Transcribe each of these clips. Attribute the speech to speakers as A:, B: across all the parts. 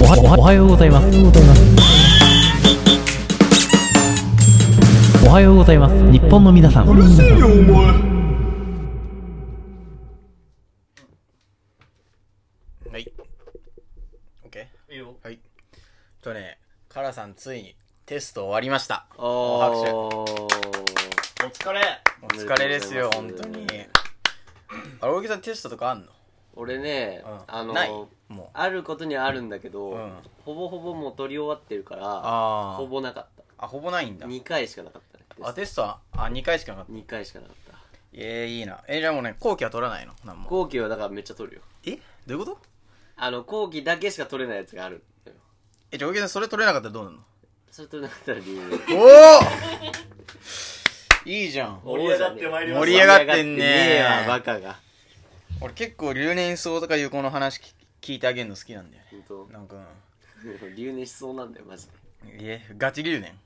A: おはようございます。おはようございます。日本の皆さん。
B: はい。オッケー。いいよ。はい。とね、カラさんついにテスト終わりました。お拍手。お
C: お疲れ
B: 疲れですよ、
C: お
B: 本
C: めでと
B: 当
C: うござい
B: に
C: ます。
B: あれ、大木さんテストとかあんの
C: 俺ね、
B: うん
C: あの
B: ないもう。
C: あることにはあるんだけど、
B: うん
C: ほぼほぼもう取り終わってるから
B: あ
C: ほ
B: ー。
C: ぼなかった
B: あ、ほぼないんだ。
C: 2回しかなかったね
B: あ、テストは、あ、2回しかなかった。
C: 2回しかなかった
B: ええ、いいな。え、じゃあもうね、後期は取らないのなんも。
C: 後期はだからめっちゃ取るよ
B: えどういうこと
C: あの後期だけしか取れないやつがあるのよ
B: え、じゃあ大木さんそれ取れなかったらどうなるの
C: それ取れなかったら理由
B: おお いいじゃん。
D: 盛り上がってまいりま
B: 盛
D: し
B: り
D: た
B: 上がってんね
C: えわバカが
B: 俺結構留年層とかいうこの話聞聞いてあげるの好きなんだよね。
C: 本当
B: なんか、うん
C: 留年しそうなんだよマジで
B: えガチ留年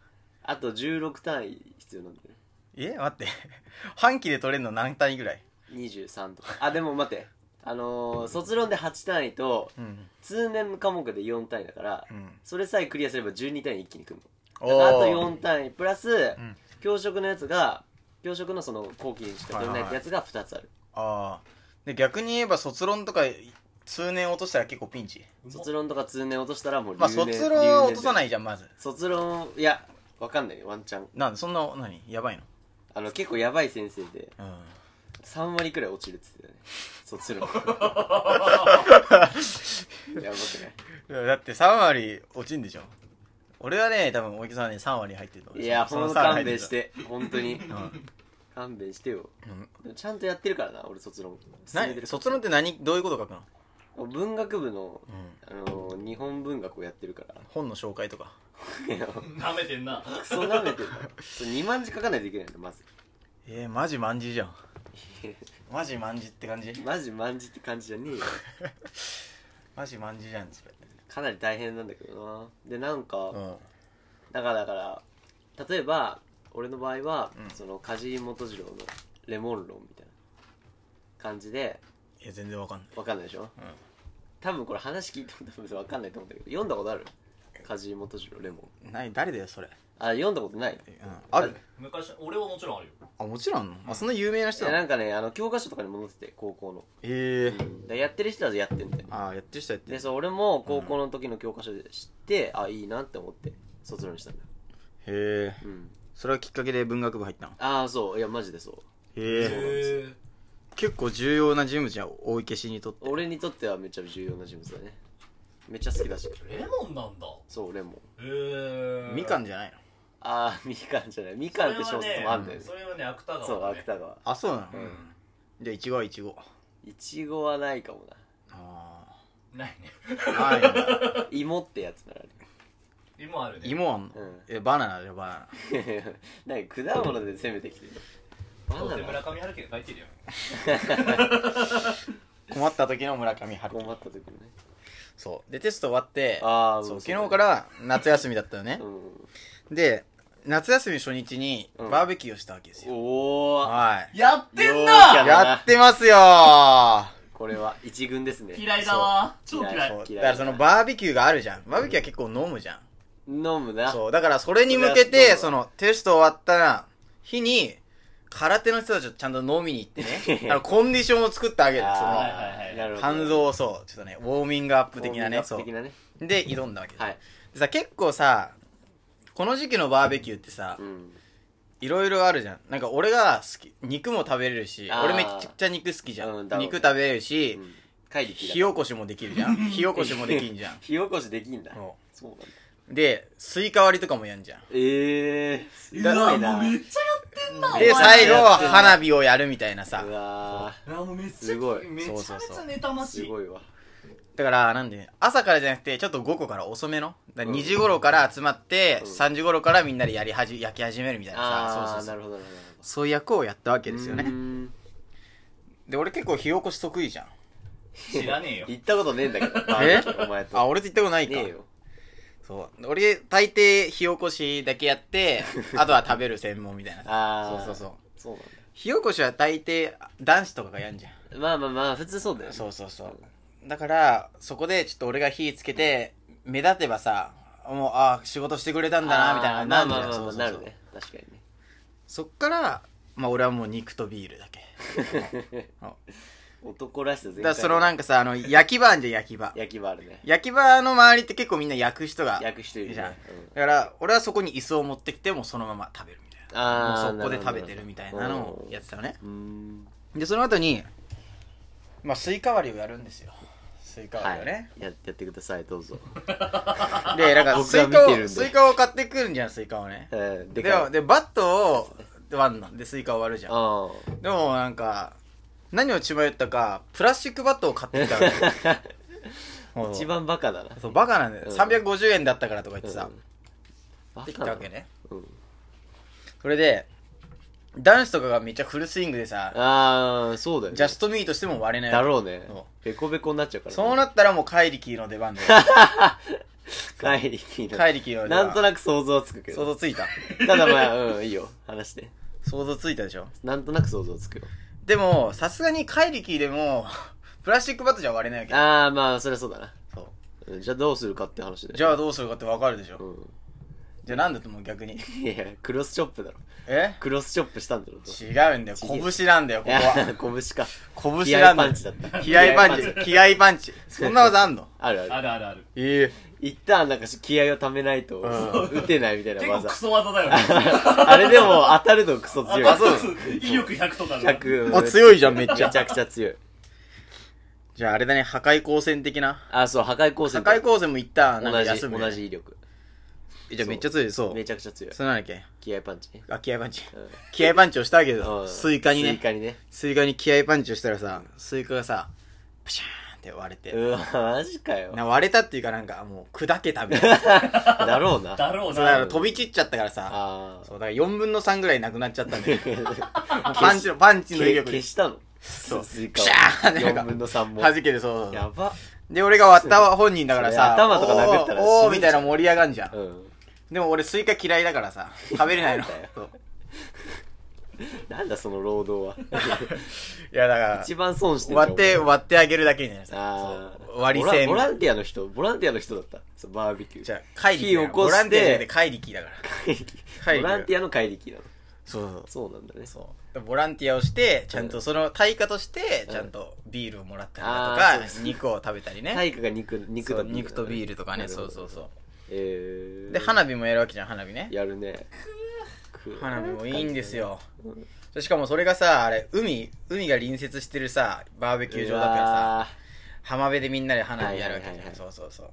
C: あと16単位必要なんだよね
B: え待って 半期で取れるの何単位ぐらい
C: 23とかあでも待ってあのー卒論で8単位と
B: うん
C: 通年科目で4単位だから、
B: うん
C: それさえクリアすれば12単位一気に組む
B: お
C: だからあと
B: ー
C: 4単位プラス、
B: ん
C: 教職のやつが教職のその後期にしか取れないってやつが2つある、
B: ああで逆に言えば卒論とか通年落としたら結構ピンチ
C: 卒論とか通年落としたらもう
B: まあ
C: 留年
B: 卒論は落とさ
C: い
B: ないじゃんまず
C: 卒論いやわかんないよワンチャン
B: なんでそんな何やばいの
C: あの結構やばい先生で
B: うん
C: 3割くらい落ちるって言ってたね 卒論やばくない
B: だって3割落ちんでしょ俺はね多分大木さんはね3割入ってると思う
C: いや、
B: その
C: ほんと
B: 3割
C: 勘
B: 入
C: 弁
B: って
C: したて。本当に。
B: ん
C: 勘弁してよ
B: ん。
C: でもちゃんとやってるからな、俺卒論。進めて
B: 何
C: る
B: 卒論って何どういうこと書くの
C: 文学部の、
B: ん
C: あのー、日本文学をやってるから。
B: 本の紹介とか
C: いや
D: 舐めてんな
C: クソ舐めてるから。そう2万字書かないといけないの、まず。
B: えー、マジマンジじゃんマジマンジって感じ
C: マジ万字って感じじゃねえよ。
B: マジマンジじゃんそれ
C: かなり大変なんだけどな。で、なんか、
B: うん
C: だからだから、例えば、俺の場合は、
B: うん
C: その、梶井元次郎のレモン論みたいな感じで、
B: いや全然わかんない
C: わかんないでしょ、
B: うん
C: 多分これ話聞いても多分わかんないと思うんだけど読んだことある梶井元次郎レモン
B: ない誰だよそれ、
C: あ読んだことない
B: ある
D: 昔俺はもちろんあるよ
B: あもちろんあそんな有名な人
C: いや
B: な
C: な
B: の
C: んかねあの教科書とかにも載ってて高校の
B: ええ
C: だからやってる人はやってんだよ
B: ああやってる人やって
C: で
B: る
C: そう俺も高校の時の教科書で知って、あいいなって思って卒論したんだよ、
B: へえ
C: うん、
B: それはきっかけで文学部入ったの
C: ああそういやマジでそう
B: へえ
D: へ
B: 結構重要な人物じゃん大池氏にとって
C: 俺にとってはめっちゃ重要な人物だねめっちゃ好きだし
D: えレモンなんだ
C: そうレモン
D: へえ
B: みか
D: ん
B: んじゃないの
C: ああみかんじゃないみかんって小説もあんだよね
D: それはね芥川
C: そう
D: だね
C: 芥川
B: あそうなの、
D: うん
B: じゃあいちごはいちご
C: いちごはないかもな
B: あ
D: ないね
B: あないの
C: 芋ってやつならある
D: 芋あるね
B: 芋あんの、
C: うん
B: えバナナじゃバナナ
C: なんか果物で攻めてきてるバ
D: どう
C: ナ
D: せ村
C: ナ
D: 上春樹が書いてるよ
B: 困った時の村上春樹
C: 困った時のね
B: そうでテスト終わって
C: あー
B: そう
C: そう
B: 昨日から夏休みだったよね
C: う、ん
B: で夏休み初日に
C: うん
B: バーベキューをしたわけですよ、
C: おお
B: はい
D: やってん
C: よ
D: な
C: ーやだな
B: やってますよー
C: これは一軍ですね
D: 嫌いだわ超嫌
C: 嫌
D: い
C: い
B: そうだからそのバーベキューがあるじゃんバーベキューは結構飲むじゃん、
C: 飲むな
B: そうだからそれに向け
C: それは
B: て
C: そう
B: そのテスト終わった日に空手の人たちとちゃんと飲みに 行ってねあのコンディションを作ってあげる
D: はい
B: そ
D: はいはい
C: なるほ
B: の
C: ど
B: 肝臓をそうちょっとねウォーミングアップ的なね
C: ウォーミングアップ
B: そう
C: 的なね
B: で挑んだわけです、
C: はい
B: でさ結構さこの時期のバーベキューってさ、
C: うん
B: いろいろあるじゃん。なんか俺が好き、肉も食べれるし、
C: あー
B: 俺めっちゃ肉好きじゃん。
C: うんだろうね
B: 肉食べれるし、
C: うん会議
B: 火
C: 聞い
B: 起こしもできるじゃん。火起こしもできんじゃ
C: た 火起こしできんだ
B: そ
C: そうなんだ
B: ん。で、スイカ割りとかもやんじゃん。
C: ええ
D: う
C: すご
D: わ
C: いな
D: もうめっちゃやってんな
B: で、
D: お前
B: 最後、花火をやるみたいなさ
C: う。わ
D: いやもうめっちゃ
C: すごい
D: めちゃめち
B: そうそうそ
D: ゃ
B: う
D: ネタま
C: ーす
D: しい
C: ごいわ
B: だから、なんで、朝からじゃなくて、ちょっと午後から遅めの。だから2時頃から集まって、
C: うん
B: 3時頃からみんなでやりはじ、焼き始めるみたいなさ。
C: あ
B: そう
C: あ
B: そう
C: な
B: そう。
C: るほどなるほど
B: そういう役をやったわけですよ
C: うー
B: ね。
C: ん
B: で、俺結構火起こし得意じゃん。
D: 知らねえよ
C: 行ったことねえんだけどバーベ
B: え
C: キューお前と
B: あ、俺と言ったことないか。
C: ねえよ
B: そう。俺、大抵火起こしだけや って、あとは食べる専門みたいなさ。
C: ああ
B: そうそうそう
C: そうなん
B: 火起こしは大抵男子とかがやんじゃん。
C: だまあまあまあ普通そうだよね
B: そうそうそう。だから、そこでちょっと俺が火つけて、目立てばさもうああ仕事してくれたんだなみたいな
C: ま
B: な
C: あ
B: るじ
C: ま
B: ゃ
C: あま
B: ん
C: あ
B: そ
C: ま
B: う
C: あ
B: そう
C: な
B: そ
C: る
B: う
C: ね確かにね
B: そっからまあ俺はもう肉とビールだけ
C: 男らしさ全
B: だ
C: 開
B: からそのなんかさあの焼き場あんじゃん焼き 場
C: 焼き場あるね
B: 焼き場の周りって結構みんな焼く人が
C: 焼く人いるね
B: じゃん、
C: うん
B: だから俺はそこに椅子を持ってきてもうそのまま食べるみたいな
C: あー
B: もうそこで
C: なるほ
B: 食
C: ど
B: べてるみたいなのをやってたのね
C: うーん
B: でその後にまあスイカ割りをやるんですよスイカ割りをね、
C: ややってくださいどうぞ、
B: でなんか
C: 僕
B: スイ
C: が見て
B: カ
C: るんで
B: をスイカを買ってくるんじゃんスイカをね
C: えー、
B: で
C: でかい
B: でバットを割んのでスイカを割るじゃん
C: あー
B: でもなんか何を血迷ったかプラスチックバットを買ってきた わけ もう
C: 一番バカだな
B: そうバカなんだよ、
C: うん
B: 350円だったからとか言ってさ、
C: うんバ
B: でき
C: カ
B: た
C: だ
B: わ
C: な
B: けね
C: うん
B: それで男子とかがめっちゃフルスイングでさ
C: ああそうだよ、ね、
B: ジャストミートしても割れない
C: だろうね
B: そ
C: ベコベコになっちゃうから、ね、
B: そうなったらもうカイリキーの出番 で
C: 帰りき
B: カイリキーの出番
C: なんとなく想像はつくけ
B: 想
C: ど
B: 像ついた
C: ただまあうんいいよ話して
B: 想像ついたでしょ
C: なんとなく想像つくよ
B: でもさすがにカイリキーでも プラスチックバットじゃ割れないわ
C: ああまあそりゃそうだな
B: けそう
C: うんじゃあどうするかって話で
B: じゃあどうするかってわかるでしょ、
C: うん
B: じゃあなんだと思う逆 に
C: いやいやクロスチョップだろ
B: え
C: クロスチョップしたんだろどうせ
B: 違うんだよ拳なんだよこ
C: い
B: こ
C: や
B: は
C: 拳か
B: 拳なん
C: 気合
B: だ
C: パ
B: よ
C: ンチだった
B: 気合パンチ気合パンチそんな技あんの
C: あるあ
D: あ
C: る
D: るあるある。
B: え
C: 一旦なんか気合をためないと打てないみたいな
D: 結構
C: 技
D: クソ技だよね。
C: あれでも当たるとクソ強い
B: あそうなの
D: 威力100とかの。
C: 100
B: あ強いじゃんめっ
C: め
B: ち
C: ち
B: ゃ
C: ゃくちゃ強い
B: じゃああれだね破壊光線的な
C: あそう破壊光
B: 破
C: 線
B: 壊光線も一旦なんか
C: 同じ
B: 休むよね
C: 同じ威力
B: じゃあめっちゃ強いそ
C: め
B: う
C: ちゃくちゃ強い
B: それなんだっけ
C: 気合パンチね
B: あ気合パン チ
C: うん
B: 気合パンチをしたけ
C: う
B: ど
C: ん
B: スイカに
C: スイ
B: ね
C: カにね
B: スイカに気合パンチをしたらさスイカがさプシャーンって割れて
C: うわマジかよ
B: な割れたっていうかなんかもう砕けたみたいなそう
C: だろうな
D: だろう
B: だから
D: な。
B: 飛び散っちゃったからさ
C: あ
B: そうだから4分の3ぐらいなくなっちゃったん だよ
C: あ
B: もうパンチのパンチの威力で
C: 消したのそうスイカ
B: ピ
C: を
B: シャーンってな
C: 4
B: んか
C: 分の3も
B: 弾けてそうそうそう
C: やば
B: で俺が割った本人だからさ
C: それ頭とか殴ったら
B: おーおー
C: 死ぬじゃん
B: みたいな盛り上がんじゃん
C: うん
B: でも俺スイカ嫌いだからさ食べれないの
C: なんだよ
B: そう
C: なんだその労働 は
B: いやだから
C: 一番損してんじゃん
B: 割って割ってあげるだけみたいなさ
C: あ
B: そ
C: あ
B: う割り線
C: ボラボランティアの人ボランティアの人だったそうバーベキュー
B: じゃあ怪力だよ
C: 火起こして
B: ボランティアじゃなくて怪力だから怪力
C: ボランティアの怪力なの
B: そうそう
C: そうなんだね
B: そうだからボランティアをしてちゃんとその対価としてちゃんとビールをもらったり
C: あー
B: だ
C: そう
B: と
C: そ
B: か
C: う
B: 肉を食べた りね
C: 体育が肉肉
B: そう
C: とビールだね
B: 肉とビールとかね
C: なる
B: そ
C: ほど
B: うそうそ
C: え
B: う
C: ー、
B: で花火もやるわけじゃん花火ね
C: やるねくー
B: 花火もいいんですよしかもそれがさあれ海海が隣接してるさバーベキュー場だからさ浜辺でみんなで花火やるわけじゃん、
C: はいはいはいはい
B: そうそうそう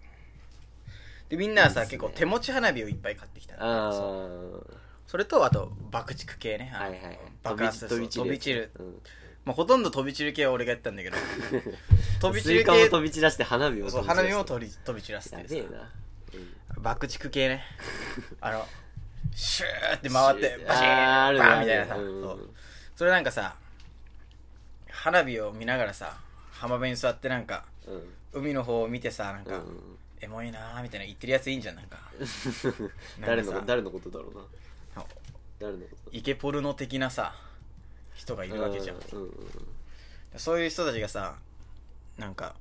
B: でみんなはさ
C: いいっすね
B: 結構手持ち花火をいっぱい買ってきた
C: う
B: の
C: わーあ
B: そう
C: ー
B: それとあと爆竹系ねあ
C: はい
B: の
C: はいはい
B: 爆発
C: 飛び
B: そう飛び散
C: 散
B: る
C: る、うん
B: まあ、ほとんど飛び散る系は俺がやったん だけど飛び
C: ス
B: 散る
C: イカも
B: 系
C: 飛び散らして花火も
B: そう
C: 飛び散ら
B: 花
C: して
B: 火も飛び飛び散らすってい
C: や
B: う
C: べえ
B: さ
C: な
B: 爆竹系 ねあのシューって回ってバシ
C: あーあ
B: ー
C: る
B: ン
C: ね
B: バーンみたいなさ、
C: あるねうん
B: そうそれなんかさ花火を見ながらさ浜辺に座ってなんか
C: うん
B: 海の方を見てさなん
C: う
B: か、
C: ん
B: エモいなーみたいな言ってるやついいんじゃんなんかな
C: 誰
B: ん
C: の
B: かさ
C: 誰のことだろうな誰のこと
B: イケポルノ的なさ人がいるわけじゃん、
C: うんうんうん
B: そういう人たちがさなんか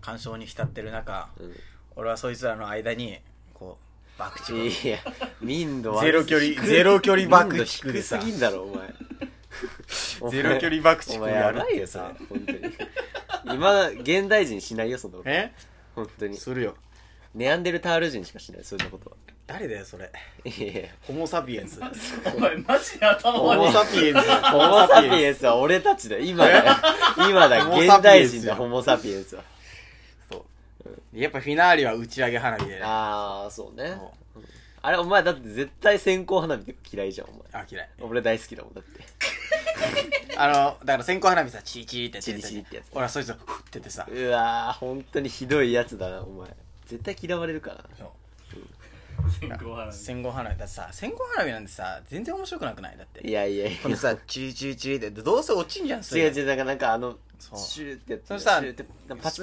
B: 感傷に浸ってる中
C: うん
B: 俺はそいつらの間にこう爆竹を
C: いや、民度は
B: ゼロ距離ゼロ距離爆
C: 民度
B: 竹で
C: 低
B: さ
C: すぎんだろ、お前。お前
B: ゼロ距離爆竹
C: お
B: を
C: 前
B: や
C: や
B: る
C: ばいよ、さ、本当に。今、現代人しないよ、そんなこと。
B: え
C: 本当に。
B: するよ
C: ネアンデルタール人しかしない、そんなことは。
B: 誰だよそれ
C: いやいや。
B: ホモ・サピ エンス
D: お前マジで頭
B: ホ
D: 悪
B: モ・
D: い。
B: サピエンス
C: ホモサピエンスは俺たちだよ、今だよ。今だよ、
B: ホモサ
C: 現
B: ピエ
C: 代
B: ンス
C: 人だ、ホモサピエンスは。
B: やっぱフィナーリは打ち上げ花火でねあ
C: あー、そうね。あれ、お前、だって絶対線香花火とか嫌いじゃん、お前。
B: あ嫌い
C: 俺大好きだもん、だって。
B: あのだから線香花火さチリチリってやつ
C: チリチリってやつ
B: 俺はそいつをフッててさ
C: うわー、本当にひどいやつだな、お前。絶対嫌われるからな。
D: 線香花火
B: 線香花火だってさ線香花火なんてさ全然面白くなくないだって
C: いやいやいや
B: こ。のさチリチリチリってどうせ落ちんじゃんそ
C: 違
B: れ
C: う違う、なんか、なんかあの、
B: そう
C: シューってやって、
B: そのさ
C: シューって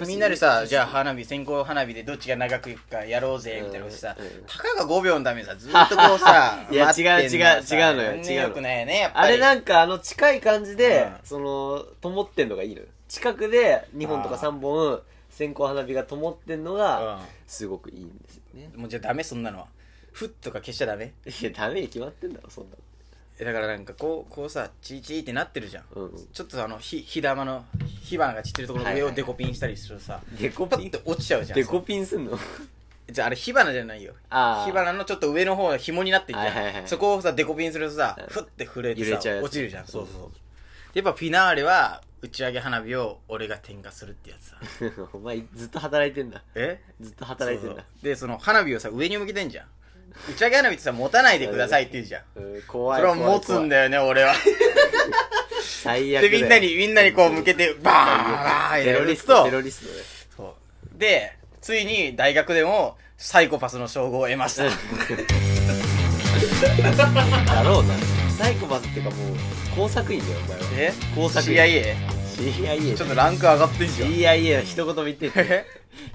B: みんなでさじゃあ花火線香花火でどっちが長くいくかやろうぜみたいなことさ、
C: うん
B: たかが5秒のためにさずっとこうさ
C: いや
B: 待ってんのはさ
C: 違う違う違うのよ
B: 全然
C: 違うの
B: よくないよねやっぱ
C: あ
B: り
C: れなんか、あの、近い感じで、
B: うん
C: その、灯ってんのがいいのよ。近くで、2本とか
B: あー
C: 3本、線香花火が灯ってんのがすごくいいんですよね
B: もうじゃあダメそんなのはふっとか消しちゃダメ
C: いやダメに決まってんだろそんなの
B: えだからなんかこうこうさチーチーってなってるじゃん、
C: うんうん
B: ちょっとあの火火玉の火花が散ってるところの上
C: はいは
B: を
C: い
B: デコピンしたりするとさ、
C: デコ
B: パ
C: ピ
B: ッ
C: ン
B: て落ちちゃうじゃん
C: デコピンすんの
B: じゃああれ火花じゃないよ
C: ああ
B: 火花のちょっと上の方が紐になってんじゃん、
C: はいはいはい
B: そこをさデコピンするとさ
C: うん
B: ふって震えて
C: 揺
B: さ
C: れちゃうやつ
B: 落ちるじゃんそうそうやっぱフィナーレは打ち上げ花火を俺が点火するってや つさ
C: お前ずっと働いてんだ
B: え
C: ずっと働いてんだ
B: そうそうでその花火をさ上に向けてんじゃん打ち上げ花火ってさ持たないでくださいって言うじゃん
C: うん怖
B: そ
C: い
B: れを
C: 怖い
B: 持つん
C: だ
B: だよね俺は
C: 最悪
B: で
C: だよ
B: みんなにみんなにこう向けてバーン
C: テロリス
B: や
C: ト
B: る
C: テロ
B: と
C: リストね
B: そうでついに大学でもサイコパスの称号を得ました
C: だろうなサイコパスってかもう工作員だよお前は
B: え
C: 工作員
B: CIA
C: CIA
B: ちょっとランク上がってんじゃん
C: CIA は一言も言ってんの
B: え